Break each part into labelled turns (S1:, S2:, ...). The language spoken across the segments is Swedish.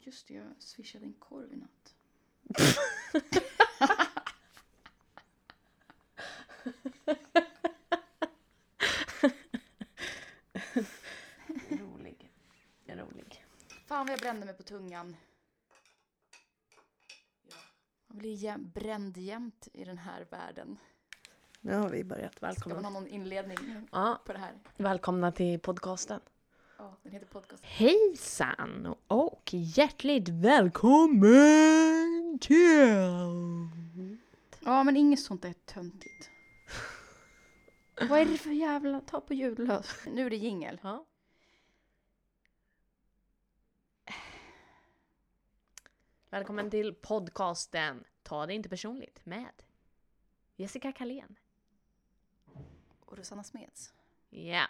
S1: Just det, jag swishade en korv i natt.
S2: Rolig. Rolig.
S1: Fan vad jag brände mig på tungan. Man blir jä- bränd jämt i den här världen.
S2: Nu har vi börjat.
S1: Ska man
S2: Välkomna.
S1: ha någon inledning
S2: Ja,
S1: på det här?
S2: välkomna till podcasten.
S1: Ja, den heter podcast.
S2: Hejsan och hjärtligt välkommen till...
S1: Ja, men inget sånt är töntigt. Vad är det för jävla ta på ljudlös? Nu är det jingel.
S2: Ja. Välkommen till podcasten Ta det inte personligt med Jessica Kalén.
S1: Och Rosanna Smeds.
S2: Ja.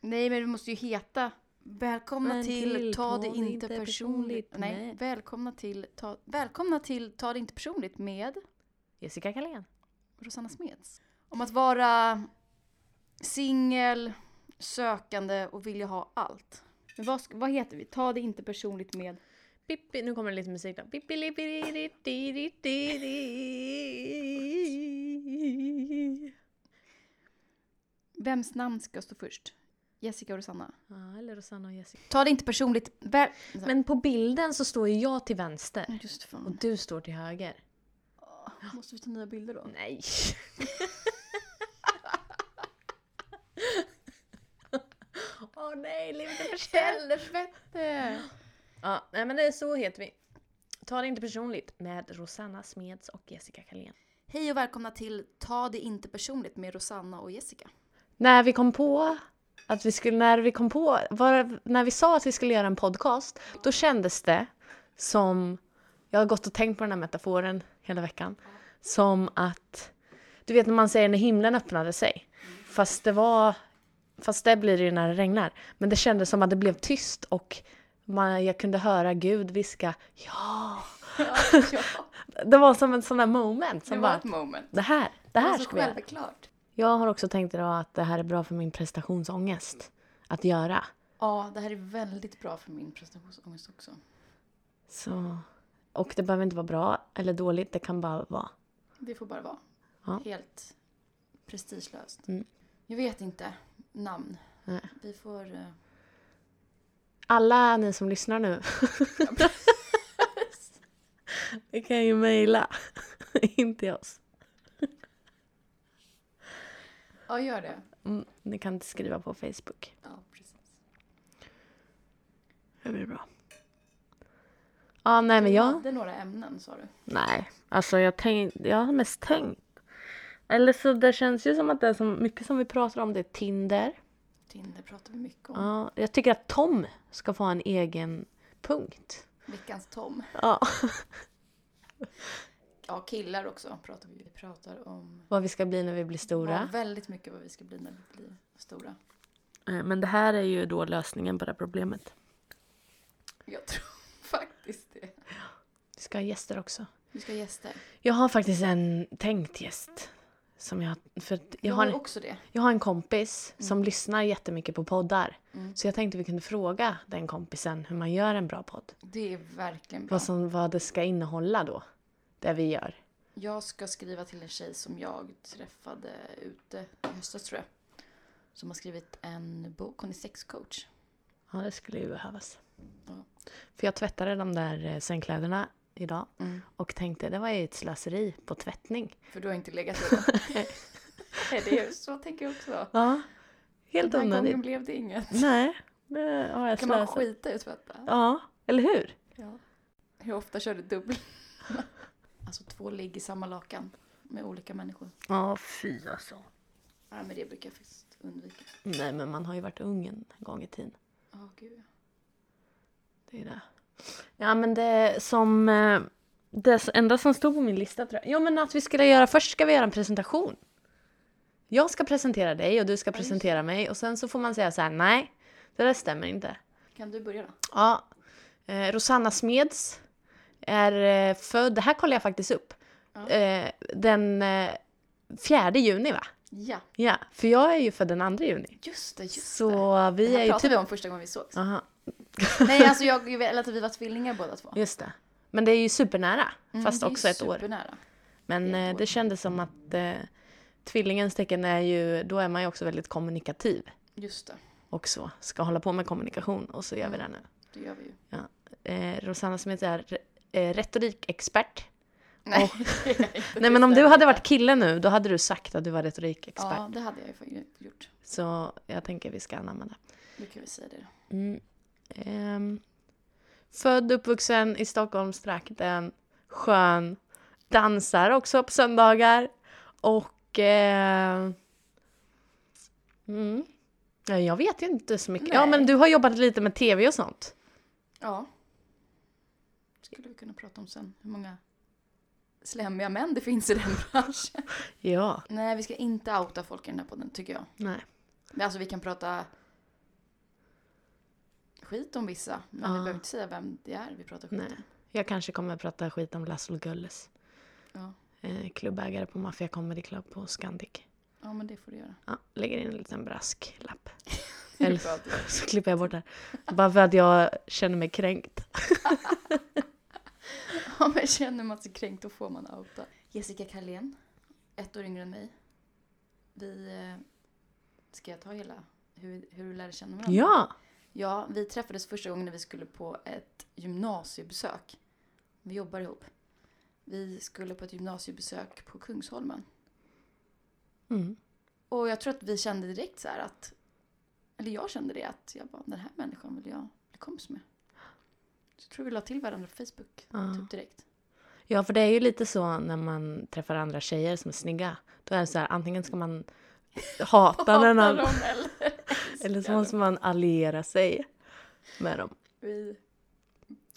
S1: Nej, men det måste ju heta Välkomna
S2: Men
S1: till,
S2: till
S1: Ta det inte, personligt. Nej,
S2: med-
S1: välkomna till ta, välkomna till ta det inte personligt med
S2: Jessica Kalén.
S1: Rosanna Smeds. Om att vara singel, sökande och vilja ha allt. Men vad, sk- vad heter vi? Ta det inte personligt med...
S2: Pippi, nu kommer det lite musik då. Pippi, lippi, di, di, di, di, di.
S1: Vems namn ska stå först? Jessica och Rosanna.
S2: Ja, eller Rosanna och Jessica.
S1: Ta det inte personligt... Väl...
S2: Men på bilden så står ju jag till vänster
S1: Men just
S2: och
S1: fan.
S2: du står till höger.
S1: Måste vi ta nya bilder då?
S2: Nej. Åh nej, livet är förställt.
S1: Helvete!
S2: Ja, nej men det är så heter vi. Ta det inte personligt med Rosanna Smeds och Jessica Kalén.
S1: Hej och välkomna till Ta det inte personligt med Rosanna och Jessica.
S2: När vi kom på att vi skulle, när vi kom på, var, när vi sa att vi skulle göra en podcast, då kändes det som, jag har gått och tänkt på den här metaforen hela veckan, som att, du vet när man säger när himlen öppnade sig, fast det var, fast det blir det ju när det regnar, men det kändes som att det blev tyst och man, jag kunde höra Gud viska ja. Det var som en sån där moment som bara,
S1: moment.
S2: det här, det här
S1: så
S2: ska vi göra.
S1: självklart.
S2: Jag har också tänkt idag att det här är bra för min prestationsångest att göra.
S1: Ja, det här är väldigt bra för min prestationsångest också.
S2: Så. Och det behöver inte vara bra eller dåligt, det kan bara vara.
S1: Det får bara vara.
S2: Ja.
S1: Helt prestigelöst.
S2: Mm.
S1: Jag vet inte namn.
S2: Nej.
S1: Vi får... eh,
S2: Alla ni som lyssnar nu. Ni kan ju mejla. inte oss.
S1: Ja, gör det.
S2: Mm, ni kan inte skriva på Facebook.
S1: Ja, precis.
S2: Det blir bra. Ja, nej men jag...
S1: Du hade några ämnen sa du.
S2: Nej, alltså jag, tänk, jag har mest tänkt. Eller så det känns ju som att det är så mycket som vi pratar om det är Tinder.
S1: Tinder pratar vi mycket om.
S2: Ja, jag tycker att Tom ska få ha en egen punkt.
S1: Veckans Tom.
S2: Ja.
S1: Ja, killar också pratar vi. Vi pratar om
S2: Vad vi ska bli när vi blir
S1: ja,
S2: stora.
S1: väldigt mycket vad vi ska bli när vi blir stora.
S2: Eh, Men det här är ju då lösningen på det här problemet.
S1: Jag tror faktiskt det.
S2: Vi ska ha gäster också.
S1: Vi ska ha gäster.
S2: Jag har faktiskt en tänkt gäst. Som jag, för att jag,
S1: Jag
S2: har
S1: har
S2: en,
S1: också det.
S2: jag har en kompis som lyssnar jättemycket på poddar.
S1: Mm.
S2: Så jag tänkte vi kunde fråga den kompisen hur man gör en bra podd.
S1: Det är verkligen bra.
S2: Vad, som, vad det ska innehålla då. Det vi gör.
S1: Jag ska skriva till en tjej som jag träffade ute i höstas tror jag. Som har skrivit en bok. Hon är sexcoach.
S2: Ja, det skulle ju behövas.
S1: Ja.
S2: För jag tvättade de där eh, sängkläderna idag. och tänkte det var ju ett slöseri på tvättning.
S1: För du har inte legat i den. Nej, det är, så tänker jag också.
S2: Ja, helt
S1: Den här
S2: onödigt.
S1: gången blev det inget.
S2: Nej, det har jag
S1: Kan man
S2: slösat.
S1: skita i att tvätta?
S2: Ja, eller hur?
S1: Ja. Hur ofta kör du dubbel? alltså två ligg i samma lakan med olika människor.
S2: Ja, fy alltså.
S1: Ja, men det brukar jag faktiskt undvika.
S2: Nej, men man har ju varit ung en gång i tiden.
S1: Ja, gud.
S2: Det är det. Ja, men det som... eh, Det enda som stod på min lista tror jag. Jo, men att vi skulle göra... Först ska vi göra en presentation. Jag ska presentera dig och du
S1: Ja,
S2: ska
S1: just det.
S2: presentera mig och sen så får man säga så här, nej, det där stämmer inte.
S1: Kan du börja då?
S2: Ja. Eh, Rosanna Smeds är eh, född, det här kollar jag faktiskt upp,
S1: Ja.
S2: eh, den eh, 4 juni va?
S1: Ja,
S2: Ja, för jag är ju född den 2 juni.
S1: just det. Just det.
S2: Så
S1: Det
S2: vi
S1: här
S2: är ju
S1: pratade
S2: typ...
S1: vi om första gången vi sågs.
S2: Aha.
S1: Nej, alltså jag, jag vet att vi var tvillingar båda två. Mm,
S2: Just det. Men det är ju supernära. fast också ett år.
S1: Supernära.
S2: Men
S1: Det är ett
S2: eh,
S1: år.
S2: det kändes som att eh, tvillingens tecken är ju, då är man ju också väldigt kommunikativ
S1: Just det,
S2: och så. Ska hålla på med kommunikation och så gör
S1: Mm.
S2: vi det nu.
S1: det gör vi ju.
S2: Eh, Rosanna Smith är eh, retorikexpert.
S1: Nej,
S2: Nej men om du hade varit kille nu, då hade du sagt att du var retorikexpert.
S1: Ja, det hade jag ju faktiskt gjort.
S2: Så jag tänker vi ska anamma det.
S1: Nu kan vi säga det.
S2: Mm. Ehm, född, uppvuxen i Stockholmstrakten, skön, dansar också på söndagar och... ehm, mm. Ja, jag vet ju inte så mycket. Ja,
S1: Nej.
S2: men du har jobbat lite med tv och sånt.
S1: Ja. Skulle vi kunna prata om sen. Hur många slemmiga män det finns i den branschen.
S2: Ja.
S1: Nej, vi ska inte outa folk i den här podden, tycker jag.
S2: Nej.
S1: Men alltså vi kan prata skit om vissa. Men vi
S2: Ja.
S1: behöver inte säga vem det är vi pratar skit
S2: Nej.
S1: om.
S2: Jag kanske kommer att prata skit om Laszlo Gulles.
S1: Ja.
S2: Eh, klubbägare på Mafia Comedy Club på Scandic.
S1: ja, men det får du göra.
S2: Ja, lägger in en liten brasklapp.
S1: Det är
S2: Eller-
S1: bra att du gör.
S2: Så klipper jag bort det här. Bara för att jag känner mig kränkt.
S1: Ja, men känner man sig kränkt då får man outa. Jessica Carlén, ett år yngre än mig. Vi... eh, Ska jag ta hela hur, hur du lärde känna varandra?
S2: Ja!
S1: Ja, vi träffades första gången när vi skulle på ett gymnasiebesök. Vi jobbar ihop. Vi skulle på ett gymnasiebesök på Kungsholmen.
S2: Mm.
S1: Och jag tror att vi kände direkt så här att... Eller jag kände det att jag bara, den här människan vill jag bli kompis med. Så jag tror vi la till varandra på Facebook,
S2: Ja.
S1: typ direkt.
S2: Ja, för det är ju lite så när man träffar andra tjejer som är snygga. Då är det så här, antingen ska man hata den
S1: Hatar
S2: andra,
S1: dem eller
S2: eller så
S1: älskar
S2: måste
S1: dem.
S2: man alliera sig med dem.
S1: Vi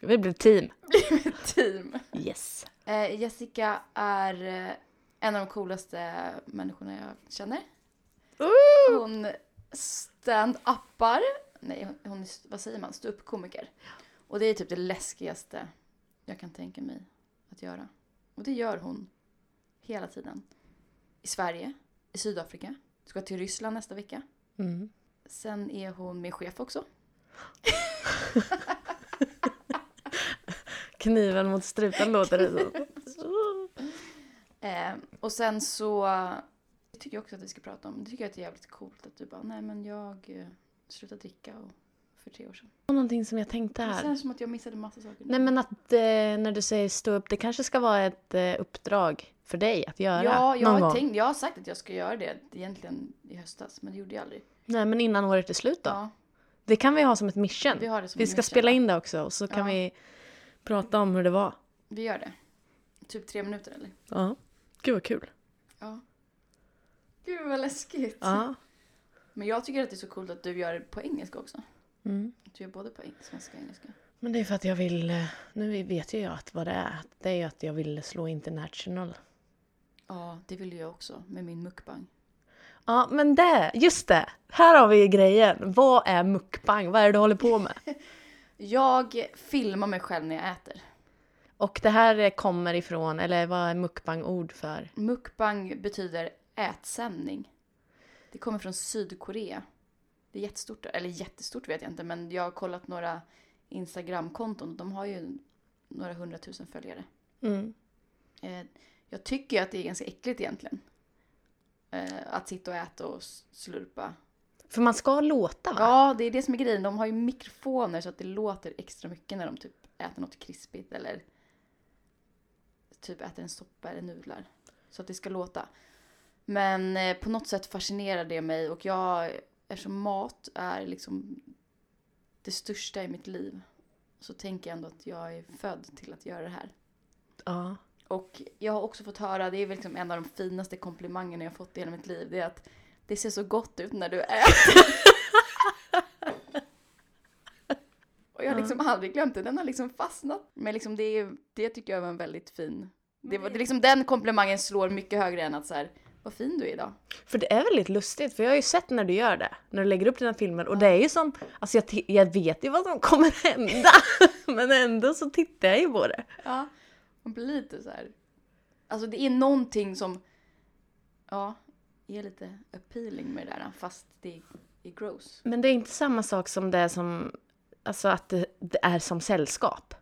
S2: Vi blev team.
S1: blir ett team.
S2: Yes.
S1: Eh, Jessica är eh, en av de coolaste människorna jag känner. Hon stand-uppar. Nej, hon- hon är, vad säger man? Ståuppkomiker. Och det är typ det läskigaste jag kan tänka mig att göra. Och det gör hon hela tiden. I Sverige, i Sydafrika, ska till Ryssland nästa vecka.
S2: Mm.
S1: Sen är hon min chef också.
S2: Kniven mot strupen låter det som.
S1: Eh, och sen så det tycker jag också att vi ska prata om, det tycker jag att det är jävligt coolt att du bara, nej men jag eh, slutade dricka och, för tre år sedan.
S2: Det var Någonting som jag tänkte
S1: Det
S2: här.
S1: känns som att jag missade massa saker. nu.
S2: Nej men att eh, när du säger stå upp, det kanske ska vara ett eh, uppdrag för dig att göra
S1: Ja, jag
S2: någon
S1: har,
S2: gång.
S1: tänkt, jag har sagt att jag ska göra det egentligen i höstas, men det gjorde jag aldrig.
S2: Nej men innan året är slut då.
S1: Ja,
S2: Det kan vi ha som ett mission.
S1: vi har det som
S2: Vi
S1: en
S2: ska
S1: mission.
S2: spela in det också och så kan
S1: Ja.
S2: vi prata om hur det var.
S1: Vi gör det. Typ tre minuter eller?
S2: Ja. Gud vad kul.
S1: Ja. Gud vad läskigt.
S2: Ja.
S1: Men jag tycker att det är så coolt att du gör det på engelska också.
S2: Mm.
S1: Att du gör både på eng- svenska och engelska.
S2: Men det är för att jag vill, eh, nu vet ju jag att vad det är. Det är ju att jag vill slå international.
S1: Ja, det vill jag också med min mukbang.
S2: Ja men det, just det. Här har vi grejen. Vad är mukbang? Vad är det du håller på med?
S1: Jag filmar mig själv när jag äter.
S2: Och det här eh, kommer ifrån, eller vad är mukbang-ord för?
S1: Mukbang betyder ätsändning. Det kommer från Sydkorea. Det är jättestort, där. eller jättestort vet jag inte, men jag har kollat några Instagramkonton och de har ju några hundratusen följare.
S2: Mm.
S1: Eh, jag tycker ju att det är ganska äckligt egentligen. Eh, att sitta och äta och s- slurpa.
S2: För man ska låta va?
S1: Ja, det är det som är grejen. De har ju mikrofoner så att det låter extra mycket när de typ äter något krispigt eller typ äter en soppa eller nudlar. Så att det ska låta. Men eh, på något sätt fascinerar det mig och jag, eftersom mat är liksom det största i mitt liv så tänker jag ändå att jag är född till att göra det här.
S2: Ja.
S1: Och jag har också fått höra, det är väl liksom en av de finaste komplimangerna jag fått i hela mitt liv, det är att det ser så gott ut när du äter. Och jag har liksom aldrig glömt det, den har liksom fastnat. Men liksom det, är, det tycker jag var en väldigt fin... Det var, det är liksom den komplimangen slår mycket högre än att så här, vad fin du är idag.
S2: För det är väldigt lustigt, för jag har ju sett när du gör det. När du lägger upp dina filmer. Och det är ju som, alltså jag, ti- jag vet ju vad som kommer hända. Men ändå så tittar jag ju på det.
S1: Ja. Man blir lite så här... Alltså det är någonting som, ja, är lite appealing med det där, fast det är gross.
S2: Men det är inte samma sak som det som alltså att det, det är som sällskap.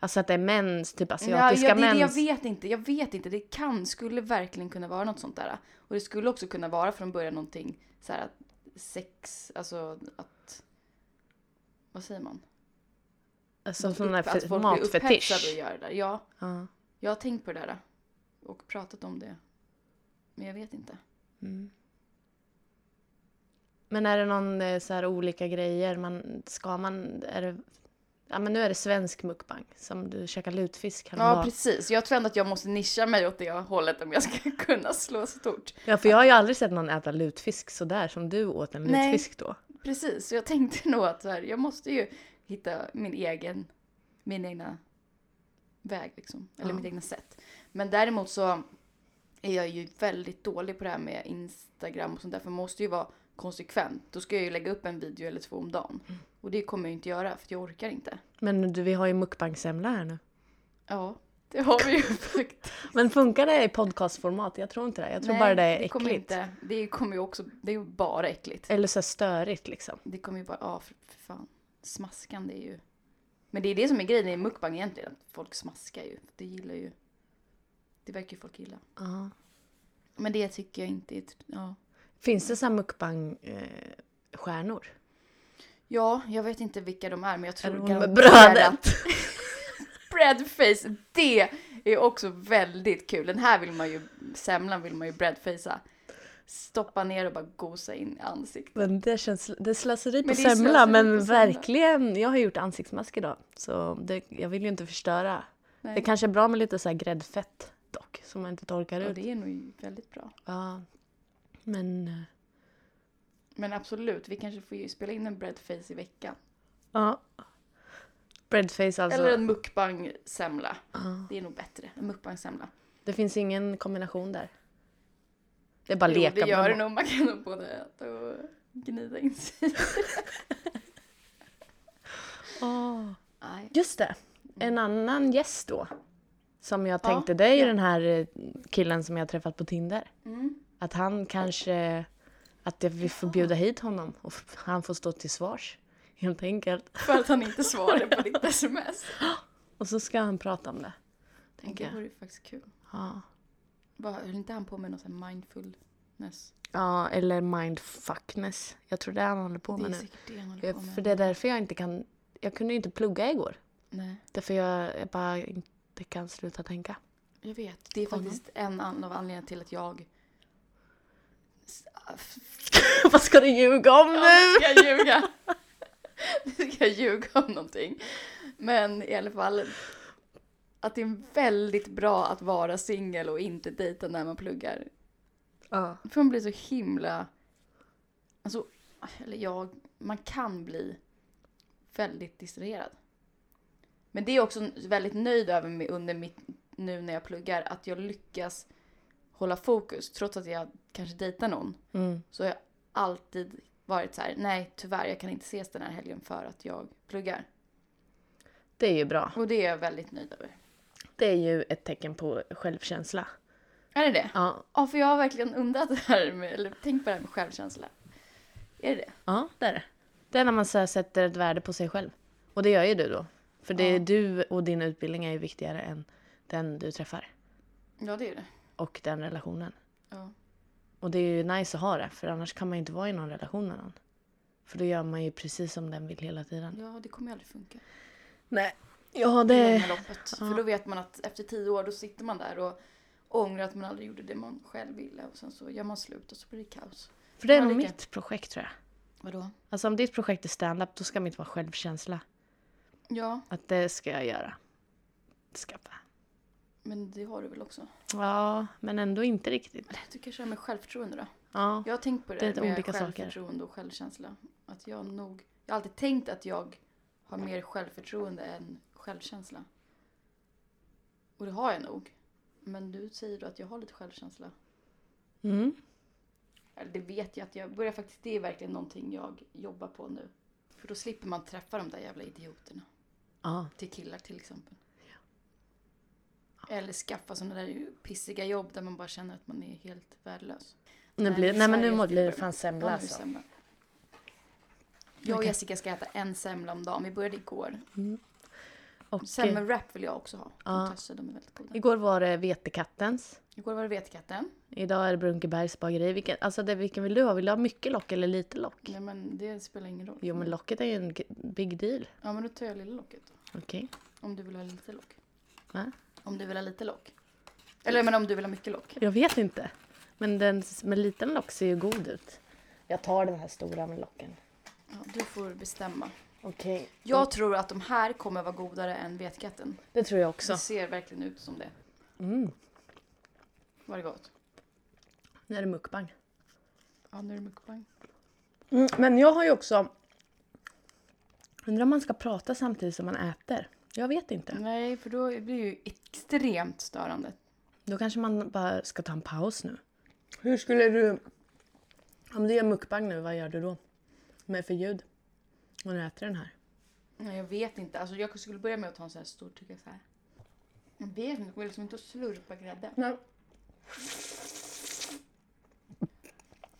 S2: Alltså att det är mens, typ
S1: Ja,
S2: asiatiska
S1: ja, det, det,
S2: mens.
S1: jag vet inte, jag vet inte. Det kan, skulle verkligen kunna vara något sånt där. Och det skulle också kunna vara från början någonting så här att sex, alltså att... Vad säger man?
S2: Alltså sån här
S1: Upp- att
S2: fe-
S1: folk blir upphetsade och
S2: matfetisch.
S1: gör det där. Ja,
S2: Ja.
S1: jag har tänkt på det där. Och pratat om det. Men jag vet inte.
S2: Mm. Men är det någon eh, så här olika grejer? Man, ska man... Är det, ja, men nu är det svensk mukbang som du käkar lutfisk
S1: Ja,
S2: häromdagen.
S1: precis. Jag tror ändå att jag måste nischa mig åt det hållet om jag ska kunna slå stort.
S2: Ja, för jag har ju aldrig sett någon äta lutfisk sådär som du åt en
S1: Nej.
S2: lutfisk då.
S1: Precis, så jag tänkte nog att så här, jag måste ju hitta min egen, min egna väg liksom. Eller
S2: Ja.
S1: mitt egna sätt. Men däremot så är jag ju väldigt dålig på det här med Instagram och sånt där. För man måste ju vara konsekvent. Då ska jag ju lägga upp en video eller två om dagen.
S2: Mm.
S1: Och det kommer jag ju inte göra för att jag orkar inte.
S2: Men du, vi har ju mukbangsemla här nu.
S1: Ja, det har vi ju faktiskt.
S2: Men funkar det i podcastformat? Jag tror inte det. Jag tror
S1: Nej,
S2: bara det är
S1: det kommer
S2: äckligt.
S1: Inte, det kommer ju också, det är ju bara äckligt.
S2: Eller så här störigt liksom.
S1: Det kommer ju bara, ja för, för fan. Smaskande är ju... Men det är det som är grejen i mukbang egentligen. Att folk smaskar ju. Det gillar ju... Det verkar ju folk gilla.
S2: Ja.
S1: Men det tycker jag inte är... tr- Ja.
S2: Finns det så här eh, mukbang-stjärnor?
S1: ja, jag vet inte vilka de är men jag
S2: Är
S1: tror...
S2: det hon med
S1: garanterat-
S2: brödet?
S1: Breadface, det är också väldigt kul. Den här vill man ju... Semlan vill man ju breadfacea. Stoppa ner och bara gosa in i ansiktet.
S2: Men det känns, det är slöseri på
S1: Men det är
S2: semla
S1: slöseri
S2: men
S1: på semla.
S2: verkligen, jag har gjort ansiktsmask idag så det, jag vill ju inte förstöra.
S1: Nej.
S2: Det kanske är bra med lite så här gräddfett dock så man inte torkar
S1: Ja,
S2: ut.
S1: det är nog väldigt bra.
S2: Ja. Men eh,
S1: Men absolut, vi kanske får ju spela in en breadface i veckan.
S2: ja. Breadface alltså.
S1: Eller en mukbang-semla.
S2: Ja.
S1: Det är nog bättre. En mukbang-semla.
S2: Det finns ingen kombination där. Det är bara
S1: Jo,
S2: leka
S1: det gör
S2: med
S1: det
S2: dem.
S1: nog. Man kan nog både äta och gnida in sig.
S2: Åh.
S1: Nej.
S2: Just det. En annan gäst då. Som jag
S1: Mm. Ja,
S2: tänkte, det är ju
S1: ja.
S2: den här eh, killen som jag har träffat på Tinder.
S1: Mm.
S2: Att han kanske... Att jag- vi får bjuda hit honom och f- han får stå till svars. Helt enkelt.
S1: För att han inte svarade på ditt sms.
S2: Och så ska han prata om det. Tänker
S1: Det
S2: jag.
S1: vore ju faktiskt kul.
S2: Ja.
S1: Bara, höll inte han på med någon sån här mindfulness?
S2: ja, eller mindfuckness. Jag tror det är han håller på
S1: Det
S2: med
S1: är
S2: nu.
S1: säkert det han håller
S2: Jag,
S1: på med.
S2: för det är därför jag inte kan... Jag kunde ju inte plugga igår.
S1: Nej,
S2: Därför jag, jag bara inte kan sluta tänka.
S1: jag vet. Det är
S2: Honom.
S1: faktiskt en an- av anledningarna till att jag... S-
S2: Vad ska du ljuga om
S1: Ja,
S2: nu?
S1: nu ska jag ljuga. Nu ska jag ljuga om någonting. Men i alla fall. Att det är väldigt bra att vara singel och inte dejta när man pluggar.
S2: Ja.
S1: För man blir så himla... Alltså, eller jag... Man kan bli väldigt distraherad. Men det är jag också väldigt nöjd över med under mitt... Nu när jag pluggar, att jag lyckas hålla fokus. Trots att jag kanske dejtar någon
S2: Mm.
S1: så har jag alltid varit så här, nej tyvärr jag kan inte ses den här helgen för att jag pluggar.
S2: Det är ju bra.
S1: Och det är jag väldigt nöjd över.
S2: Det är ju ett tecken på självkänsla.
S1: Är det det?
S2: Ja,
S1: Ja, för jag har verkligen undrat det här med, eller tänkt på det här med självkänsla. Är det det?
S2: ja det är det. Det är när man så här sätter ett värde på sig själv. Och det gör ju du då. För det är
S1: Ja.
S2: du och din utbildning är ju viktigare än den du träffar.
S1: Ja, det är det.
S2: Och den relationen.
S1: Ja.
S2: Och det är ju nice att ha det, för annars kan man ju inte vara i någon relation med någon. För då gör man ju precis som den vill hela tiden.
S1: Ja, det kommer ju aldrig funka.
S2: Nej. Ja,
S1: Det
S2: det...
S1: långa loppet. För då vet man att efter tio år då sitter man där och ångrar att man aldrig gjorde det man själv ville och sen så gör man slut och så blir det kaos.
S2: För det är
S1: Ja,
S2: nog
S1: lika.
S2: mitt projekt tror jag.
S1: Vadå?
S2: Alltså om ditt projekt är stand-up, då ska mitt vara självkänsla.
S1: Ja,
S2: Att det ska jag göra. Skaffa.
S1: men det har du väl också?
S2: Ja, men ändå inte riktigt.
S1: Eller du kanske har med självförtroende då?
S2: Ja.
S1: Jag har tänkt på det,
S2: Det är lite
S1: med
S2: olika saker.
S1: självförtroende och självkänsla. Att jag nog... Jag har alltid tänkt att jag har mer självförtroende än självkänsla. Och det har jag nog. Men du säger då att jag har lite självkänsla.
S2: Mm.
S1: Eller det vet jag att jag börjar faktiskt... Det är verkligen någonting jag jobbar på nu. För då slipper man träffa de där jävla idioterna.
S2: Ja.
S1: Till killar till exempel. Eller skaffa sådana där pissiga jobb där man bara känner att man är helt värdelös.
S2: Nu
S1: Nej,
S2: blir,
S1: men
S2: nej men nu
S1: Sverige
S2: må- blir det
S1: ska
S2: fan alltså.
S1: Ja, nu
S2: semla
S1: är det
S2: alltså.
S1: semla. Jag och
S2: Okej.
S1: Jessica ska äta en semla om dagen. Vi började igår.
S2: Och, eh,
S1: Semmelwrap vill jag också ha.
S2: Ja.
S1: Från Tösse, de är väldigt goda.
S2: igår var det Vetekattens.
S1: Igår var det vetekatten.
S2: Idag är det Brunkebergs bageri. Vilken, alltså det, vilken vill du ha? Vill du ha mycket lock eller lite lock?
S1: Nej men det spelar ingen roll.
S2: Jo men locket är ju en g- big deal.
S1: Ja men då tar jag lilla locket.
S2: Okej.
S1: Om du vill ha lite lock.
S2: Va?
S1: Om du vill ha lite lock. Eller men om du vill ha mycket lock.
S2: Jag vet inte. Men den s- med liten lock ser ju god ut. Jag tar den här stora med locken.
S1: Ja, du får bestämma.
S2: Okej.
S1: Jag tror att de här kommer vara godare än vetkatten.
S2: Det tror jag också.
S1: Det ser verkligen ut som det.
S2: Mm.
S1: Var det gott?
S2: Nu är det mukbang.
S1: Ja, nu är det mukbang.
S2: Mm, men jag har ju också... Undrar om man ska prata samtidigt som man äter. Jag vet inte.
S1: Nej, för då blir det ju extremt störande.
S2: Då kanske man bara ska ta en paus nu. Hur skulle du... Om du gör mukbang nu, vad gör du då? Med för ljud? När du äter den här?
S1: Nej, jag vet inte. Alltså, jag skulle börja med att ta en sån här stor tugga så här. Jag vet inte, det går liksom inte att slurpa grädde.
S2: Nej.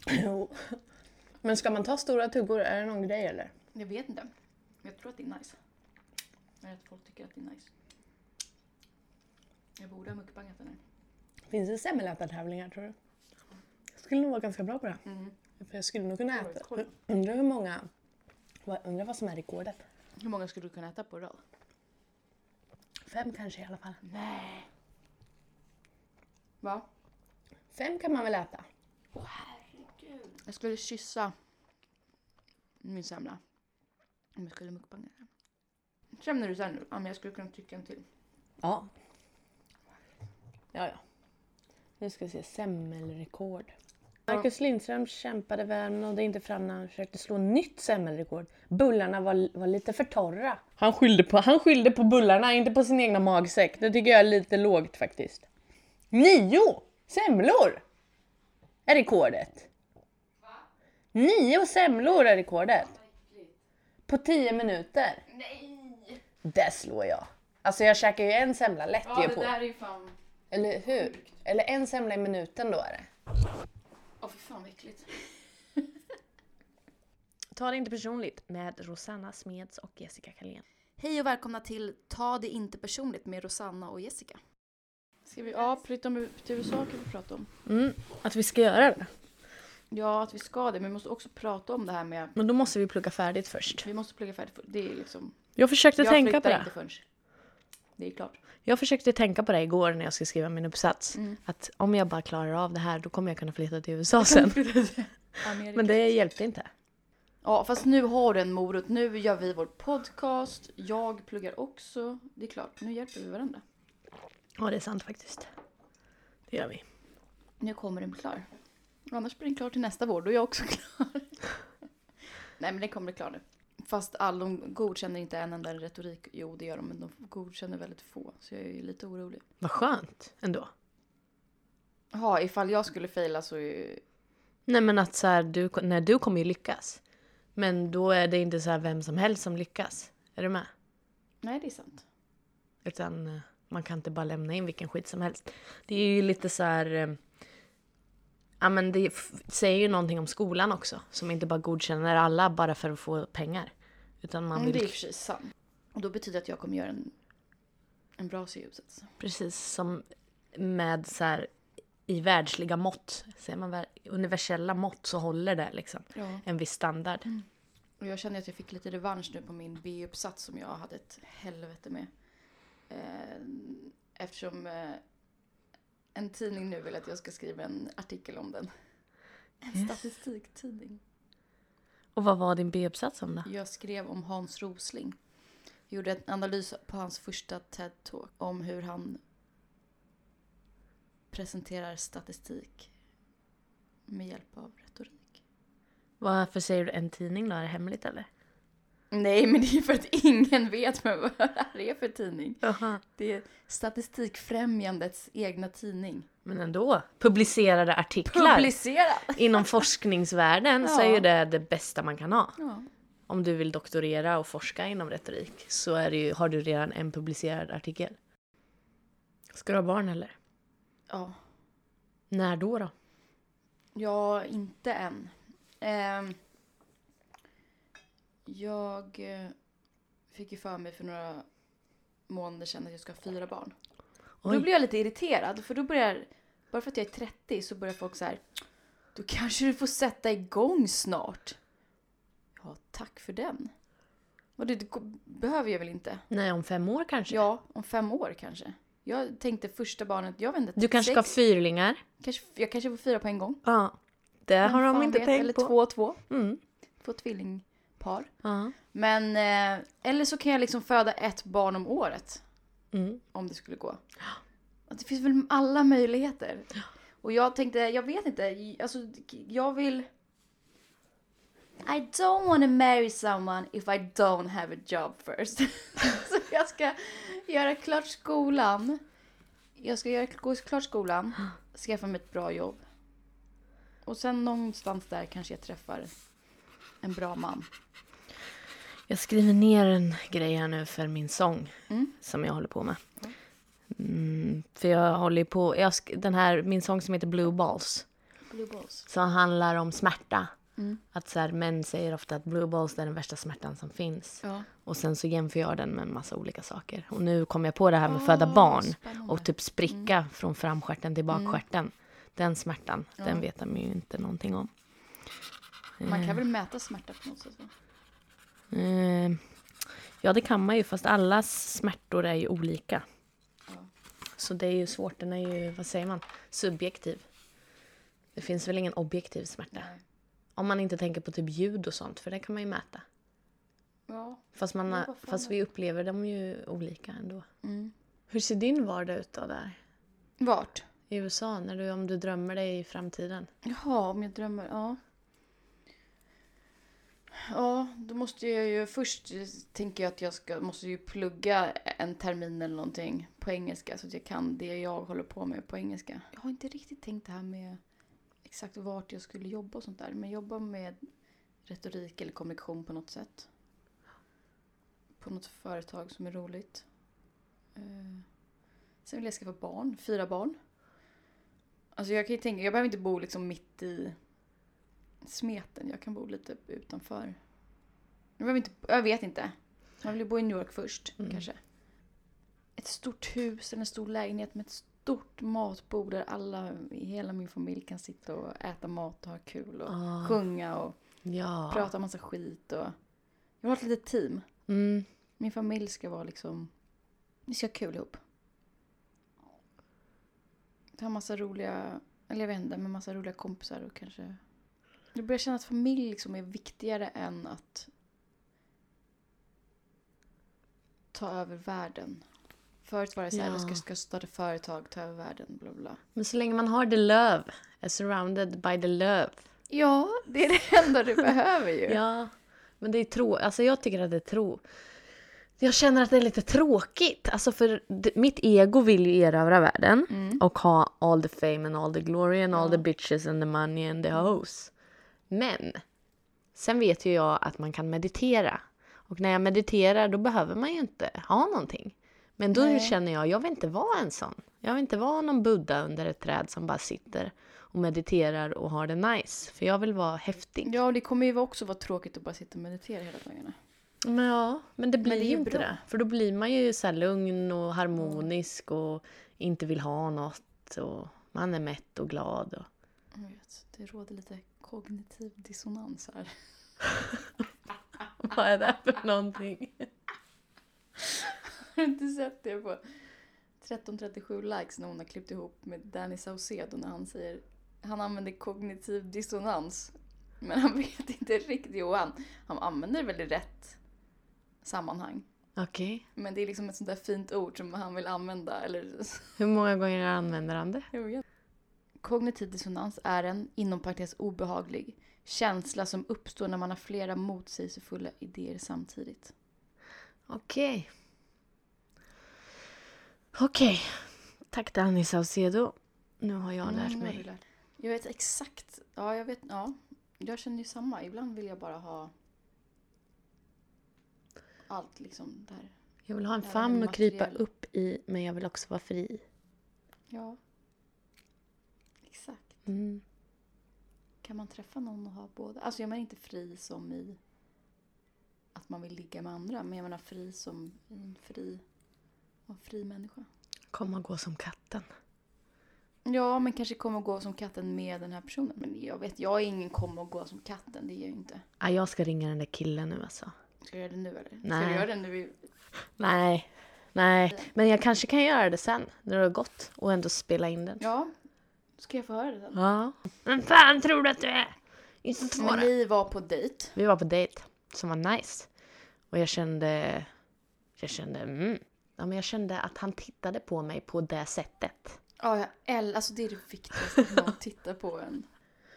S2: Jo. Men ska man ta stora tuggor? Är det någon grej eller?
S1: Jag vet inte. Men jag tror att det är nice. Eller att folk tycker att det är nice. Jag borde ha mukbangat den här.
S2: Finns det semmelätartävlingar tror du? Jag skulle nog vara ganska bra på det.
S1: Mm.
S2: För jag skulle nog kunna
S1: Oj,
S2: äta.
S1: kolla.
S2: Undrar hur många... vad- Undrar vad som är rekordet?
S1: Hur många skulle du kunna äta på rad?
S2: Fem kanske i alla fall.
S1: Nej. Va?
S2: Fem kan man väl äta?
S1: Åh herregud. Jag skulle kyssa min semla. Om jag skulle mukbanga den. Känner du sen nu? Ja, men jag skulle kunna trycka en till.
S2: Ja. Ja, ja. Nu ska vi se. Semmelrekord. Marcus Lindström kämpade väl men nådde inte fram när han försökte slå nytt semmelrekord. Bullarna var, var lite för torra. Han skyllde, på, han skyllde på bullarna, inte på sin egna magsäck. Det tycker jag är lite lågt faktiskt. Nio semlor är rekordet. Nio semlor är rekordet. På tio minuter.
S1: Nej!
S2: Det slår jag. Alltså jag käkar ju en semla lätt ju
S1: Ja, det
S2: på.
S1: där är ju fan...
S2: Eller hur? Eller en semla i minuten då är det.
S1: Åh, fy fan vad äckligt.
S2: Ta det inte personligt med Rosanna Smeds och Jessica Kalén.
S1: Hej och välkomna till Ta det inte personligt med Rosanna och Jessica. Ska vi, ja, flytta till USA kan vi prata om.
S2: Mm, att vi ska göra det.
S1: Ja, att vi ska det, men vi måste också prata om det här med...
S2: Men då måste vi plugga färdigt först.
S1: Vi måste plugga färdigt, för det är liksom...
S2: Jag försökte
S1: jag
S2: tänka på
S1: flyttar
S2: det.
S1: inte förrän... Det är klart.
S2: Jag försökte tänka på det igår när jag skulle skriva min uppsats.
S1: Mm.
S2: Att om jag bara klarar av det här då kommer jag kunna flytta till USA sen.
S1: Amerika.
S2: Men det hjälpte inte.
S1: Ja, fast nu har du en morot. Nu gör vi vår podcast. Jag pluggar också. Det är klart, nu hjälper vi varandra.
S2: Ja, det är sant faktiskt. Det gör vi.
S1: Nu kommer den klar. Annars blir den klar till nästa vår, då är jag också klar. Nej, men den kommer bli klar nu. Fast all, de godkänner inte en enda retorik. Jo, det gör de, men de godkänner väldigt få. Så jag är ju lite orolig.
S2: Vad skönt ändå.
S1: Ja, ifall jag skulle fejla så... är-
S2: Nej men att så här, du, när du kommer ju lyckas. Men då är det inte så här vem som helst som lyckas. Är du med?
S1: Nej, det är sant.
S2: Utan eh, man kan inte bara lämna in vilken skit som helst. Det är ju lite så här... eh, Ja men det f- säger ju någonting om skolan också. Som inte bara godkänner alla bara för att få pengar. Utan man
S1: Mm,
S2: vill...
S1: det är i och för sig sant. Och då betyder det att jag kommer göra en, en bra CU-uppsats.
S2: Precis som med så här i världsliga mått. Säger man väl, universella mått så håller det liksom.
S1: Ja.
S2: En viss standard.
S1: Och jag känner att jag fick lite revansch nu på min B-uppsats som jag hade ett helvete med. Eh, Eftersom eh, en tidning nu vill att jag ska skriva en artikel om den. En statistiktidning.
S2: Och vad var din B-uppsats om då?
S1: Jag skrev om Hans Rosling. Jag gjorde en analys på hans första TED-talk om hur han presenterar statistik med hjälp av retorik.
S2: Varför säger du en tidning då? Är det hemligt eller?
S1: Nej, men det är för att ingen vet med vad det här är för tidning.
S2: Jaha.
S1: Det är Statistikfrämjandets egna tidning.
S2: Men ändå. Publicerade artiklar
S1: Publicera!
S2: inom forskningsvärlden så är
S1: Ja.
S2: ju det det bästa man kan ha.
S1: Ja.
S2: Om du vill doktorera och forska inom retorik så är det ju, har du redan en publicerad artikel. Ska du ha barn eller?
S1: ja.
S2: När då? då?
S1: Ja, inte än. Ehm, Jag eh, fick ju för mig för några månader sedan att jag ska ha fyra barn. Och
S2: Oj.
S1: Då blir jag lite irriterad för då börjar, bara för att jag är 30 så börjar folk så här. Då kanske du får sätta igång snart. Ja, tack för den. Och det, det ko- behöver jag väl inte?
S2: Nej, om fem år kanske.
S1: Ja, om fem år kanske. Jag tänkte första barnet, jag vet inte,
S2: Du kanske ska ha
S1: sex,
S2: fyrlingar?
S1: kanske, jag kanske får fyra på en gång.
S2: Ja. Det
S1: Vem
S2: har de
S1: fan
S2: inte
S1: vet?
S2: tänkt
S1: Eller
S2: på.
S1: två och två.
S2: Mm.
S1: Två tvillingpar.
S2: Ja.
S1: Men, eh, eller så kan jag liksom föda ett barn om året.
S2: Mm.
S1: Om det skulle gå. Att det finns väl alla möjligheter. Och jag tänkte, jag vet inte, alltså jag vill... I don't wanna marry someone if I don't have a job first. så jag ska göra klart skolan. Jag ska göra, gå klart skolan, skaffa mig ett bra jobb. Och sen någonstans där kanske jag träffar en bra man.
S2: Jag skriver ner en grej här nu för min sång
S1: Mm.
S2: som jag håller på med. Mm, för jag håller ju på, jag, sk- den här, min sång som heter Blue Balls,
S1: Blue balls.
S2: som handlar om smärta.
S1: Mm.
S2: Att så här, män säger ofta att blue balls är den värsta smärtan som finns.
S1: Ja.
S2: Och sen så jämför jag den med en massa olika saker. Och nu kom jag på det här med
S1: Ah,
S2: föda barn
S1: spännande. Mm.
S2: och typ spricka från framstjärten till bakstjärten. Den smärtan, den vet de ju inte någonting om.
S1: Man kan väl mäta smärta på något sätt? va?
S2: Eh, ja, det kan man ju, fast allas smärtor är ju olika. Så det är ju svårt, den är ju, vad säger man, subjektiv. Det finns väl ingen objektiv smärta?
S1: Nej.
S2: Om man inte tänker på typ ljud och sånt, för det kan man ju mäta.
S1: Ja.
S2: Fast, man,
S1: Ja,
S2: har-
S1: vad fan
S2: fast
S1: det-
S2: vi upplever dem ju olika ändå.
S1: Mm.
S2: Hur ser din vardag ut då där?
S1: Vart?
S2: I USA, när du, om du drömmer dig i framtiden?
S1: Jaha, om jag drömmer. Ja. Ja, då måste jag ju först eh, tänker jag att jag ska, måste ju plugga en termin eller någonting på engelska så att jag kan det jag håller på med på engelska. Jag har inte riktigt tänkt det här med exakt vart jag skulle jobba och sånt där, men jobba med retorik eller kommunikation på något sätt. På något företag som är roligt. Eh, Sen vill jag skaffa barn, fyra barn. Alltså jag kan ju tänka, jag behöver inte bo liksom mitt i smeten. Jag kan bo lite utanför. Jag, behöver inte, jag vet inte. Man vill ju bo i New York först
S2: Mm.
S1: kanske. Ett stort hus eller en stor lägenhet med ett stort matbord där alla i hela min familj kan sitta och äta mat och ha kul och
S2: Ah.
S1: sjunga och
S2: Ja.
S1: prata massa skit och... Jag vill ha ett litet team.
S2: Mm.
S1: Min familj ska vara liksom... Vi ska ha kul ihop. Ha massa roliga... Eller jag vet inte, men massa roliga kompisar och kanske... Jag börjar känna att familj liksom är viktigare än att ta över världen. Förut var det så här,
S2: Ja.
S1: jag ska, ska starta företag, ta över världen, bla bla.
S2: Men så länge man har the love, är surrounded by the love.
S1: Ja, det är det enda du behöver ju.
S2: Ja, men det är tro. Alltså jag tycker att det är tro. Jag känner att det är lite tråkigt. Alltså för d- mitt ego vill ju erövra världen
S1: Mm.
S2: och ha all the fame and all the glory and all
S1: Ja.
S2: the bitches and the money and the hoes. Men sen vet ju jag att man kan meditera och när jag mediterar då behöver man ju inte ha någonting. Men då
S1: Nej.
S2: känner jag, jag vill inte vara en sån. Jag vill inte vara någon buddha under ett träd som bara sitter och mediterar och har det nice. För jag vill vara häftig.
S1: Ja, och det kommer ju också vara tråkigt att bara sitta och meditera hela dagarna.
S2: Men ja, men det blir
S1: det är
S2: ju
S1: ju
S2: inte
S1: bra.
S2: det. För då blir man ju så här lugn och harmonisk och inte vill ha något. Och man är mätt och glad. Och...
S1: Jag vet, det råder lite kognitiv dissonans här.
S2: Vad är det för någonting?
S1: Har du inte sett det på 1337 likes när hon har klippt ihop med Danny Saucedo när han säger han använder kognitiv dissonans men han vet inte riktigt. Jo, han, han använder det väl i rätt sammanhang.
S2: Okej.
S1: Men det är liksom ett sånt där fint ord som han vill använda. Eller,
S2: Hur många gånger använder han det?
S1: jag vet. Kognitiv dissonans är en, inom parentes obehaglig, känsla som uppstår när man har flera motsägelsefulla idéer samtidigt.
S2: Okej. Okej. Tack Danny Saucedo. Nu har jag lärt
S1: Mm, vad
S2: mig.
S1: du lärt. Jag vet exakt. Ja, jag vet. Ja. Jag känner ju samma. Ibland vill jag bara ha allt liksom där.
S2: Jag vill ha en
S1: Även
S2: famn
S1: det
S2: att krypa
S1: materiella.
S2: upp i, men jag vill också vara fri.
S1: Ja. Exakt.
S2: Mm.
S1: Kan man träffa någon och ha båda? Alltså jag menar inte fri som i att man vill ligga med andra. Men jag menar fri som en fri, en fri människa.
S2: Komma gå som katten.
S1: Ja, men kanske komma och gå som katten med den här personen. Men jag vet, jag är ingen komma och gå som katten. Det är jag ju inte.
S2: Ah, jag ska ringa den där killen nu alltså.
S1: Ska jag göra det nu eller? Ska
S2: Nej.
S1: jag göra det nu? i-
S2: Nej, nej. Men jag kanske kan göra det sen när det har gått och ändå spela in den.
S1: Ja, ska jag få höra det sen.
S2: Ja. Vem fan tror du att du är? Inte
S1: Men
S2: svårare.
S1: ni var på dejt.
S2: Vi var på dejt som var nice. Och jag kände, jag kände, mm. Ja, men jag kände att han tittade på mig på det sättet.
S1: Ja, jag äl- alltså det är det viktigaste. Att någon tittar på en.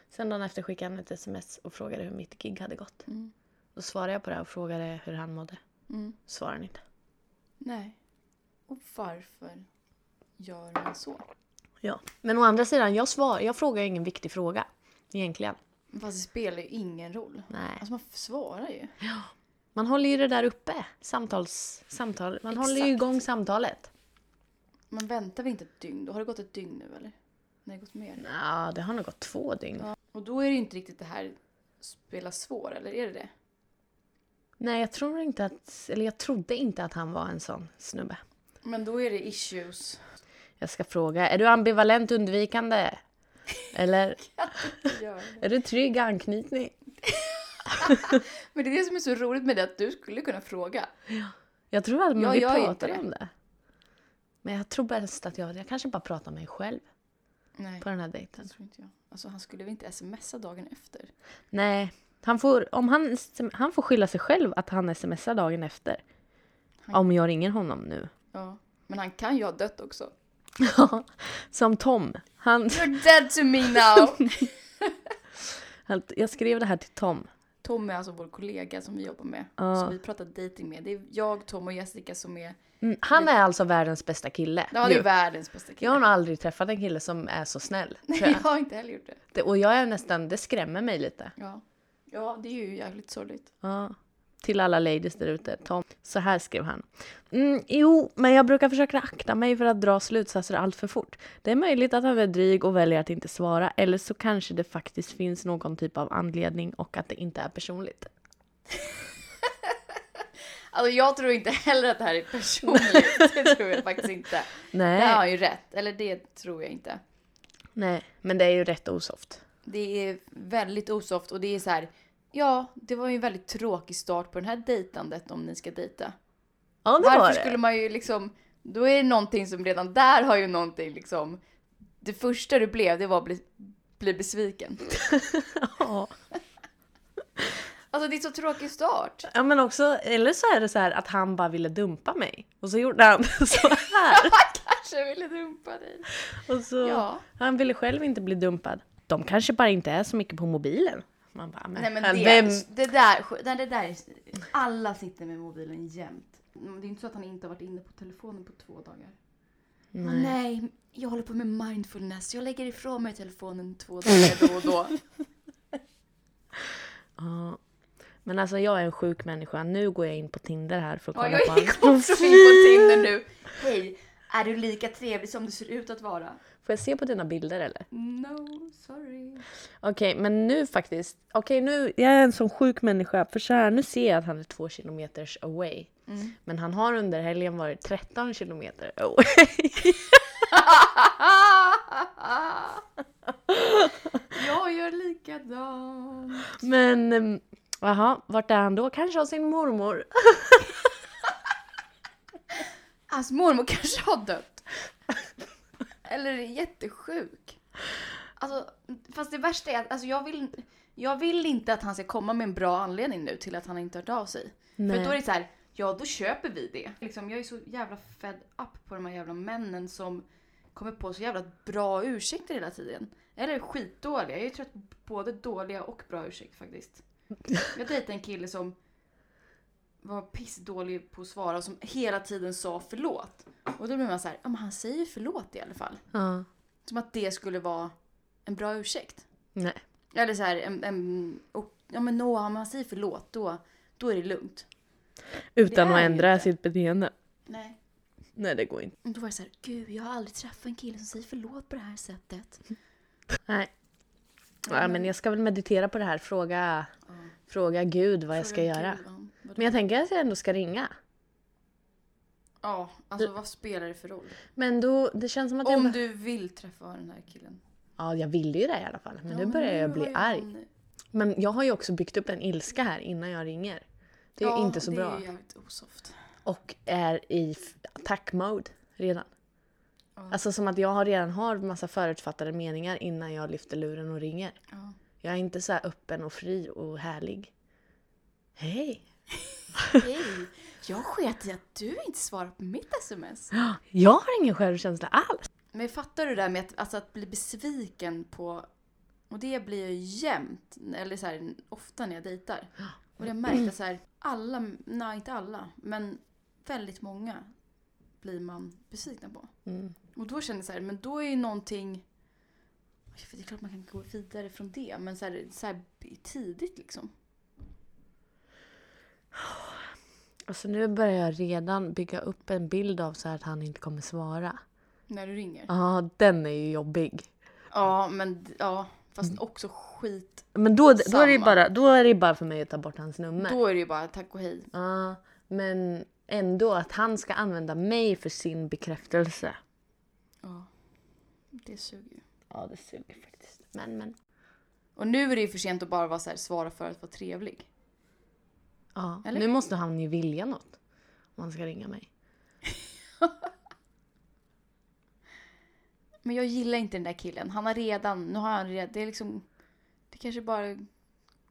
S2: Sen dagen efter skickade han ett sms och frågade hur mitt gig hade gått.
S1: Mm.
S2: Då svarade jag på det och frågade hur han mådde.
S1: Mm.
S2: Svarade han inte.
S1: Nej. Och varför gör man så?
S2: Ja. Men å andra sidan, jag, svar, jag frågar ju ingen viktig fråga. Egentligen.
S1: Fast det spelar ju ingen roll.
S2: Nej.
S1: Alltså man f- svarar ju.
S2: Man håller ju det där uppe. Samtals, samtal. Man håller ju
S1: Exakt.
S2: igång samtalet.
S1: Man väntar väl inte ett dygn? Då har det gått ett dygn nu eller? Nej, det har gått mer.
S2: Ja, det har nog gått två dygn.
S1: Och då är det ju inte riktigt det här spela svår, eller är det det?
S2: Nej, jag tror inte att... Eller jag trodde inte att han var en sån snubbe.
S1: Men då är det issues.
S2: Jag ska fråga, är du ambivalent undvikande? Eller
S1: Gör.
S2: är du trygg anknytning?
S1: Men det är det som är så roligt med det, att du skulle kunna fråga.
S2: Jag tror att
S1: Ja,
S2: vi
S1: jag är inte
S2: pratar
S1: det.
S2: om det. Men jag tror bäst att jag... Jag kanske bara pratar med mig själv
S1: Nej,
S2: på den här
S1: det
S2: dejten.
S1: tror inte jag. Alltså han skulle väl inte smsa dagen efter?
S2: Nej, han får, om han, han får skylla sig själv att han smsar dagen efter.
S1: Han-
S2: Om jag ringer honom nu.
S1: Ja. Men han kan ju ha dött också.
S2: Som Tom. Han,
S1: You're dead to me now!
S2: han, jag skrev det här till Tom.
S1: Tom är alltså vår kollega som vi jobbar med.
S2: Ja.
S1: Som vi pratar dating med. Det är jag, Tom och Jessica som är...
S2: Mm, Han är alltså världens bästa kille.
S1: Ja, det är
S2: nu.
S1: världens bästa
S2: Jag har
S1: kille.
S2: nog aldrig träffat en kille som är så snäll.
S1: Nej,
S2: tror
S1: jag
S2: jag.
S1: har inte heller gjort det.
S2: Det, och jag är nästan, det skrämmer mig lite.
S1: Ja. Ja, det är ju jävligt sorgligt.
S2: Ja. Till alla ladies där ute, Tom. Så här skrev han. Mm, jo, men jag brukar försöka akta mig för att dra slutsatser allt för fort. Det är möjligt att han är dryg och väljer att inte svara. Eller så kanske det faktiskt finns någon typ av anledning och att det inte är personligt.
S1: Alltså jag tror inte heller att det här är personligt. Det tror jag faktiskt inte. Det
S2: Nej,
S1: har han ju rätt. Eller det tror jag inte.
S2: nej. men det är ju rätt osoft.
S1: Det är väldigt osoft och det är så här. Ja, det var ju en väldigt tråkig start på den här dejtandet om ni ska dejta.
S2: Ja, det
S1: Varför
S2: var det.
S1: skulle man ju liksom, då är det någonting som redan där har ju någonting liksom. Det första du blev, det var att bli, bli besviken.
S2: Ja.
S1: Alltså det är så tråkig start.
S2: Ja men också, eller så är det så här att han bara ville dumpa mig. Och så gjorde han så här.
S1: Kanske ville dumpa dig.
S2: Och så,
S1: Ja.
S2: Han ville själv inte bli dumpad. De kanske bara inte är så mycket på mobilen. Man bara, men,
S1: Nej men
S2: han-
S1: det,
S2: vem...
S1: det där, nej, det där är, alla sitter med mobilen jämt. Men Det är inte så att han inte har varit inne på telefonen på två dagar. Nej. nej, jag håller på med mindfulness. Jag lägger ifrån mig telefonen två dagar då och då.
S2: Ja. Men alltså jag är en sjuk människa. Nu går jag in på Tinder här för att
S1: Ja,
S2: kolla
S1: jag
S2: på
S1: gick
S2: hans
S1: också in på
S2: profil.
S1: Tinder nu. Hej, är du lika trevlig som du ser ut att vara?
S2: Får jag se på dina bilder eller?
S1: No, sorry.
S2: Okej, men nu faktiskt. Okej, nu. Jag är en sån sjuk människa. För så här, nu ser jag att han är två kilometers away.
S1: Mm.
S2: Men han har under helgen varit 13 kilometer away.
S1: jag gör likadant.
S2: Men, ehm, jaha, vart är han då? Kanske hos sin mormor?
S1: Hans mormor kanske har dött. Eller är jättesjuk. Alltså, fast det värsta är att alltså, jag, vill, jag vill inte att han ska komma med en bra anledning nu till att han inte har hört av sig.
S2: Nej.
S1: För då är det så här, ja då köper vi det. Liksom, jag är så jävla fed up på de här jävla männen som kommer på så jävla bra ursäkter hela tiden. Eller skitdåliga. Jag är ju trött på både dåliga och bra ursäkter faktiskt. Jag dejtade en kille som var pissdålig på att svara och som hela tiden sa förlåt. Och då blir man så här, ja men han säger förlåt i alla fall.
S2: Ja.
S1: Som att det skulle vara en bra ursäkt.
S2: Nej.
S1: Eller så här, en, en, och, ja men no, om han säger förlåt då, då är det lugnt.
S2: Utan
S1: Det
S2: att
S1: är ju
S2: ändra
S1: inte.
S2: sitt beteende.
S1: Nej.
S2: Nej, det går inte.
S1: Och då var det så här, gud jag har aldrig träffat en kille som säger förlåt på det här sättet.
S2: Nej. Ja, men jag ska väl meditera på det här. Fråga, fråga Gud vad jag ska
S1: Fråga
S2: göra.
S1: Gud vad- vad
S2: Men jag tänker att jag ändå ska ringa.
S1: Ja, alltså vad spelar det för roll?
S2: Men då, det känns som att jag...
S1: Om
S2: bara-
S1: du vill träffa den här killen.
S2: Ja, jag ville ju det i alla fall. Men
S1: Ja,
S2: nu börjar jag
S1: nu
S2: bli
S1: har ju
S2: arg.
S1: han-
S2: Men jag har ju också byggt upp en ilska här innan jag ringer. Det är ju
S1: Ja,
S2: inte så
S1: Det
S2: bra.
S1: är ju jävligt osoft.
S2: Och är i f- attack-mode redan.
S1: Ja.
S2: Alltså som att jag har redan har massa förutfattade meningar innan jag lyfter luren och ringer.
S1: Ja.
S2: Jag är inte så här öppen och fri och härlig. Hej!
S1: Hej! Jag sket i att du inte svarar på mitt sms.
S2: Jag har ingen självkänsla alls!
S1: Men fattar du det där med att, alltså, att bli besviken på... Och det blir jag ju jämt, eller så här, ofta när jag dejtar. Och jag märkte så här, alla, nej inte alla, men väldigt många blir man besviken på.
S2: Mm.
S1: Och då känner jag så här, men då är ju någonting... För det är klart man kan gå vidare från det, men så här, så här tidigt liksom.
S2: Alltså nu börjar jag redan bygga upp en bild av så här att han inte kommer svara.
S1: När du ringer.
S2: Ja, den är ju jobbig.
S1: Ja, men d- ja. Fast också skit.
S2: Men då, då, är det ju
S1: Samma.
S2: bara, då är det ju bara för mig att ta bort hans nummer.
S1: Då är det ju bara tack och hej.
S2: Ja, men ändå att han ska använda mig för sin bekräftelse.
S1: Ja. Det suger ju.
S2: Ja, det suger faktiskt. Men, men.
S1: Och nu är det ju för sent att bara vara så här, svara för att vara trevlig.
S2: Ja,
S1: Eller?
S2: nu måste han ju vilja något. Om han ska ringa mig.
S1: Men jag gillar inte den där killen. Han har redan, nu har han redan, det är liksom, det kanske bara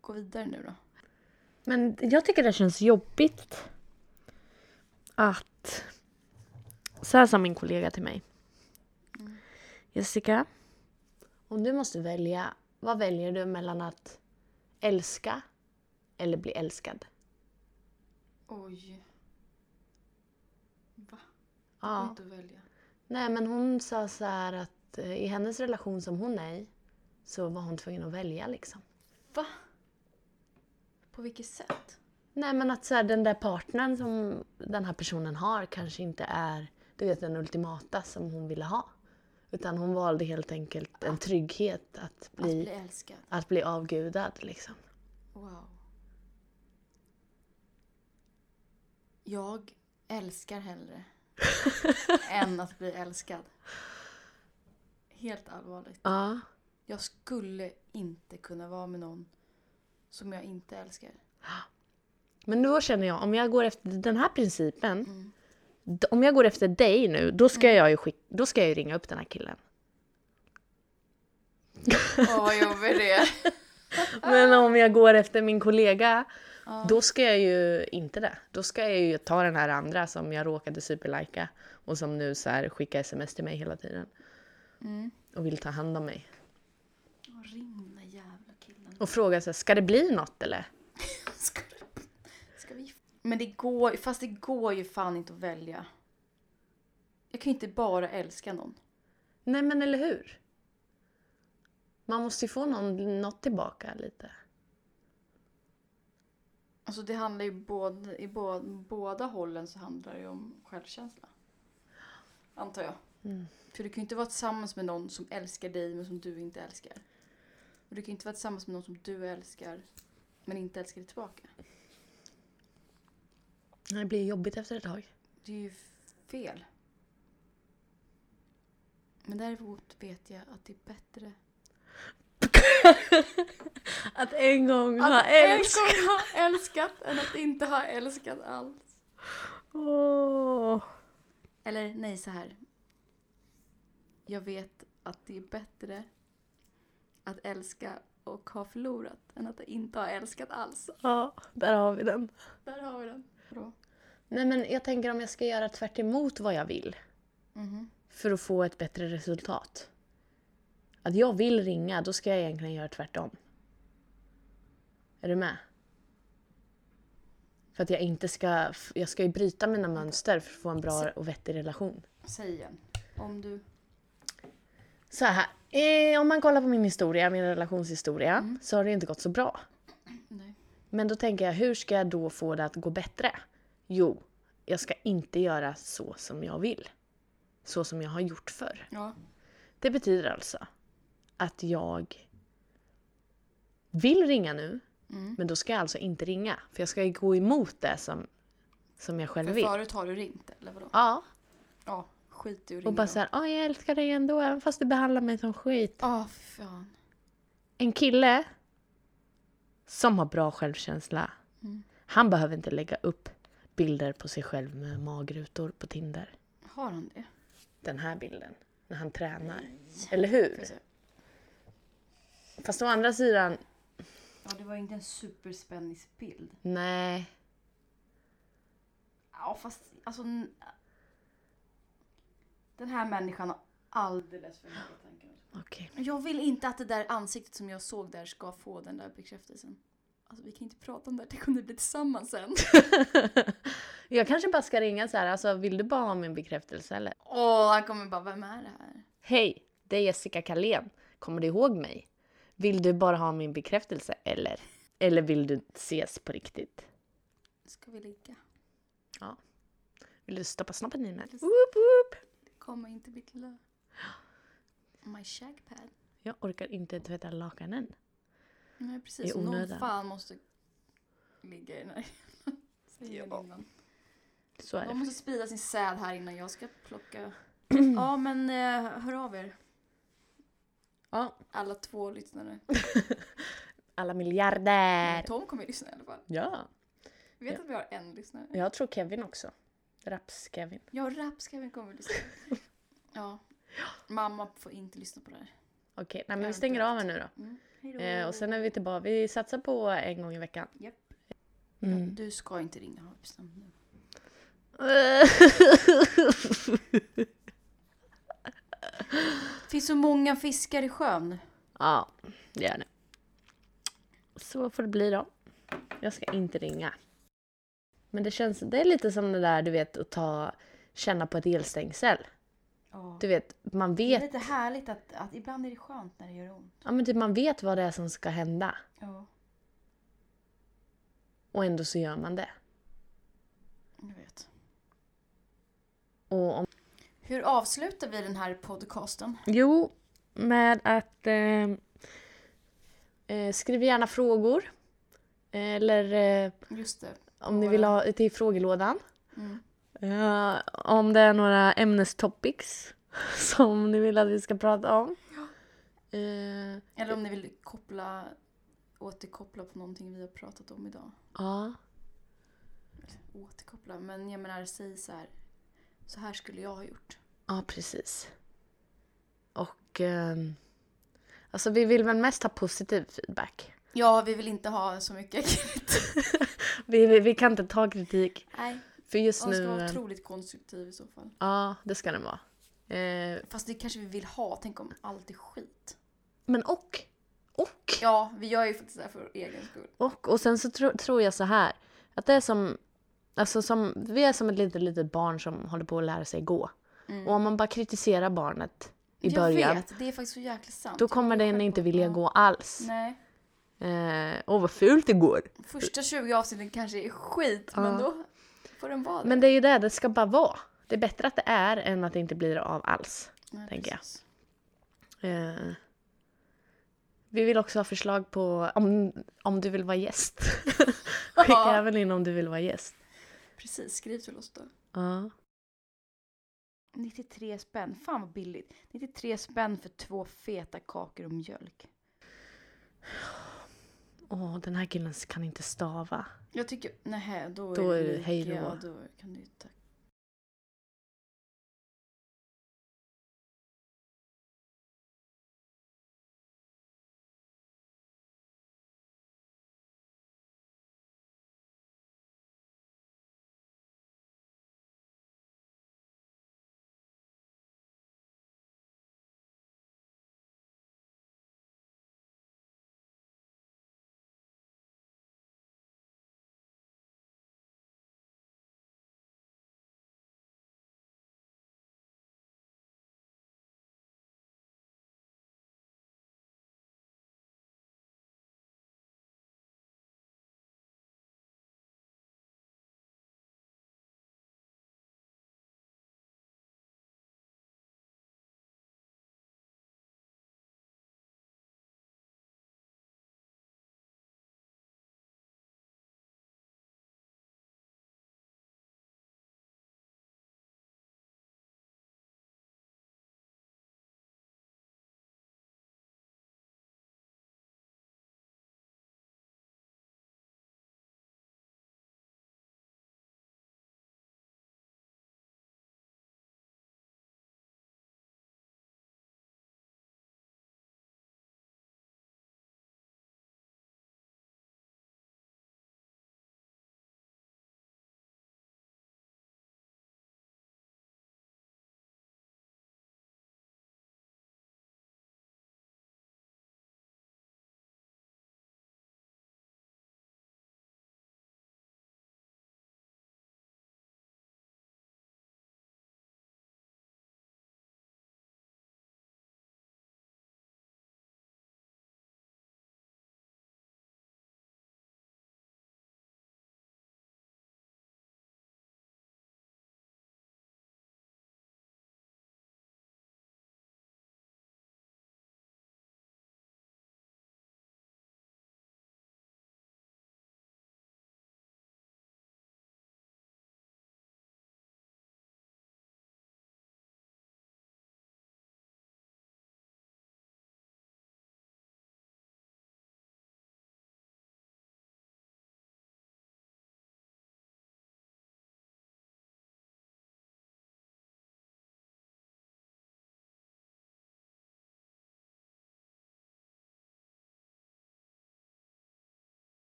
S1: går vidare nu då.
S2: Men jag tycker det känns jobbigt att... Så här sa min kollega till mig. Jessica, om Mm. du måste välja, vad väljer du mellan att älska eller bli älskad?
S1: Oj. Va?
S2: Ja.
S1: att välja.
S2: Mm. Nej, men hon sa så här att eh, i hennes relation som hon är i så var hon tvungen att välja liksom.
S1: Va? På vilket sätt?
S2: Nej, men att så här, den där partnern som den här personen har kanske inte är du vet, den ultimata som hon ville ha. Utan hon valde helt enkelt en trygghet att
S1: Att bli
S2: bli,
S1: älskad.
S2: att bli avgudad liksom.
S1: Wow. Jag älskar hellre än att bli älskad. Helt allvarligt.
S2: Ja.
S1: Jag skulle inte kunna vara med någon som jag inte älskar.
S2: Men då känner jag, om jag går efter den här principen.
S1: Mm.
S2: d- Om jag går efter dig nu, då ska jag ju, skick- då ska jag ju ringa upp den här killen.
S1: Åh, vad jobbigt det är.
S2: Men om jag går efter min kollega,
S1: Ja.
S2: då ska jag ju inte det. Då ska jag ju ta den här andra som jag råkade superlika och som nu så här skickar sms till mig hela tiden
S1: Mm.
S2: och vill ta hand om mig.
S1: Åh, Ring den där jävla killen.
S2: Och fråga så här, ska det bli något eller?
S1: Ska, du- ska vi gifta- Men det går fast det går ju fan inte att välja. Jag kan ju inte bara älska någon.
S2: Nej men eller hur? Man måste ju få någon, något tillbaka lite.
S1: Alltså det handlar ju både, i båda, båda hållen så handlar det ju om självkänsla. Antar jag. För du kan ju inte vara tillsammans med någon som älskar dig men som du inte älskar. Och du kan ju inte vara tillsammans med någon som du älskar men inte älskar dig tillbaka.
S2: Det blir jobbigt efter ett tag.
S1: Det är ju fel. Men däremot vet jag att det är bättre
S2: Att en gång ha
S1: att en
S2: älskat.
S1: gång ha älskat än att inte ha älskat alls.
S2: Åh.
S1: Eller nej, så här. Jag vet att det är bättre att älska och ha förlorat än att inte ha älskat alls.
S2: Ja, där har vi den.
S1: Där har vi den. Bra.
S2: Nej men jag tänker om jag ska göra tvärt emot vad jag vill.
S1: Mhm.
S2: för att få ett bättre resultat. Att jag vill ringa, då ska jag egentligen göra tvärtom. Är du med? För att jag inte ska... f- Jag ska ju bryta mina mönster för att få en bra och vettig relation.
S1: Säg igen. Om du...
S2: Så här. Eh, om man kollar på min historia, min relationshistoria, så har det inte gått så bra.
S1: Nej.
S2: Men då tänker jag, hur ska jag då få det att gå bättre? Jo, jag ska inte göra så som jag vill. Så som jag har gjort förr.
S1: Ja.
S2: Det betyder alltså att jag vill ringa nu
S1: Mm.
S2: Men då ska jag alltså inte ringa. För jag ska ju gå emot det som, som jag själv
S1: För
S2: vill.
S1: förut har du ringt eller vadå?
S2: Ja,
S1: Ja, skit i att ringa.
S2: och bara
S1: då.
S2: såhär, "Åh, jag älskar dig ändå även fast du behandlar mig som skit.
S1: Ja, fy fan.
S2: En kille som har bra självkänsla, han behöver inte lägga upp bilder på sig själv med magrutor på Tinder.
S1: Har han det?
S2: Den här bilden, när han tränar. Eller hur?
S1: Får se.
S2: Fast å andra sidan,
S1: Ja, det var inte en superspänningsbild.
S2: nej.
S1: Ja, fast alltså... n- Den här människan har alldeles för mycket tankar.
S2: Okej.
S1: Jag vill inte att det där ansiktet som jag såg där ska få den där bekräftelsen. Alltså vi kan inte prata om det här, tänk om ni blir tillsammans sen.
S2: Jag kanske bara ska ringa så här, alltså vill du bara ha min bekräftelse eller?
S1: Åh, han kommer bara, vem är det här?
S2: Hej, det är Jessica Kalén. Kommer du ihåg mig? Vill du bara ha min bekräftelse eller? Eller vill du ses på riktigt?
S1: Ska vi ligga?
S2: Vill du stoppa snoppen i mig?
S1: Just-
S2: Woop, woop.
S1: Kommer inte mitt lilla... My shagpad.
S2: Jag orkar inte tvätta lakanen.
S1: Nej
S2: I
S1: precis, någon
S2: onödan.
S1: fan måste ligga i den här stilen
S2: Ja.
S1: innan.
S2: Så är
S1: De
S2: det.
S1: måste sprida sin säd här innan jag ska plocka. ja men eh, hör av er,
S2: Ja,
S1: alla två lyssnare.
S2: alla miljarder.
S1: Tom kommer ju lyssna i alla fall.
S2: Ja,
S1: Vi vet
S2: Ja.
S1: att vi har en lyssnare.
S2: jag tror Kevin också. Raps-Kevin.
S1: Ja, rapskräven kommer lyssna. Ja. Mamma får inte lyssna på det här.
S2: Okej, nej, men vi stänger av här nu då.
S1: Mm. Hej då.
S2: Eh, och sen är vi tillbaka. Vi satsar på en gång i veckan.
S1: Japp.
S2: Mm. Eh.
S1: Du ska inte ringa, har vi bestämt nu. Det finns så många fiskar i sjön.
S2: ja, det gör det. Så får det bli då. Jag ska inte ringa. Men det känns, det är lite som det där du vet att ta, känna på ett elstängsel.
S1: Ja.
S2: Du vet, man
S1: Det är
S2: vet,
S1: lite härligt att, att ibland är det skönt när det gör ont.
S2: ja, men typ man vet vad det är som ska hända.
S1: Ja,
S2: Och ändå så gör man det.
S1: jag vet.
S2: Och om
S1: Hur avslutar vi den här podcasten?
S2: Jo, med att eh, eh, skriv gärna frågor. Eller eh,
S1: Just det.
S2: om ni vill ha till frågelådan.
S1: Mm.
S2: Eh, om det är några ämnestopics som ni vill att vi ska prata om. Eh,
S1: Eller om ni vill koppla, återkoppla på någonting vi har pratat om idag.
S2: ja,
S1: Återkoppla, men jag menar säg så här. Så här skulle jag ha gjort.
S2: ja, precis. Och eh, alltså vi vill väl mest ha positiv feedback.
S1: Ja, vi vill inte ha så mycket kritik.
S2: Vi, vi, vi kan inte ta kritik.
S1: Nej,
S2: För just
S1: man
S2: nu...
S1: ska vara
S2: eh,
S1: otroligt konstruktiv i så fall.
S2: Ja, det ska den vara. Eh,
S1: Fast det kanske vi vill ha, tänk om allt är skit.
S2: Men och. Och.
S1: Ja, vi gör ju faktiskt det här för egen skull.
S2: Och, och sen så tro, tror jag så här. Att det är som... Alltså som, vi är som ett litet, litet barn som håller på att lära sig gå.
S1: Mm.
S2: Och om man bara kritiserar barnet i
S1: jag
S2: början,
S1: vet, det är faktiskt så jäkla sant.
S2: då kommer
S1: Jag
S2: den
S1: själv
S2: inte
S1: på-
S2: vilja
S1: ja.
S2: gå alls.
S1: Nej.
S2: Eh, Åh, vad fult det går.
S1: Första 20 avsnitten kanske är skit, men då får den vara
S2: Men det är ju det, det ska bara vara. Det är bättre att det är än att det inte blir av alls.
S1: Nej,
S2: tänker jag.
S1: precis.
S2: Eh, vi vill också ha förslag på om, om du vill vara gäst. Skicka
S1: Ja.
S2: även in om du vill vara gäst.
S1: Precis, skriv till oss då.
S2: Ja.
S1: 93 spänn, fan vad billigt. 93 spänn för två feta kakor och mjölk.
S2: Åh, den här killen kan inte stava.
S1: Jag tycker, nej då är
S2: Då är det
S1: lika,
S2: hej då.
S1: Då kan du ju tacka.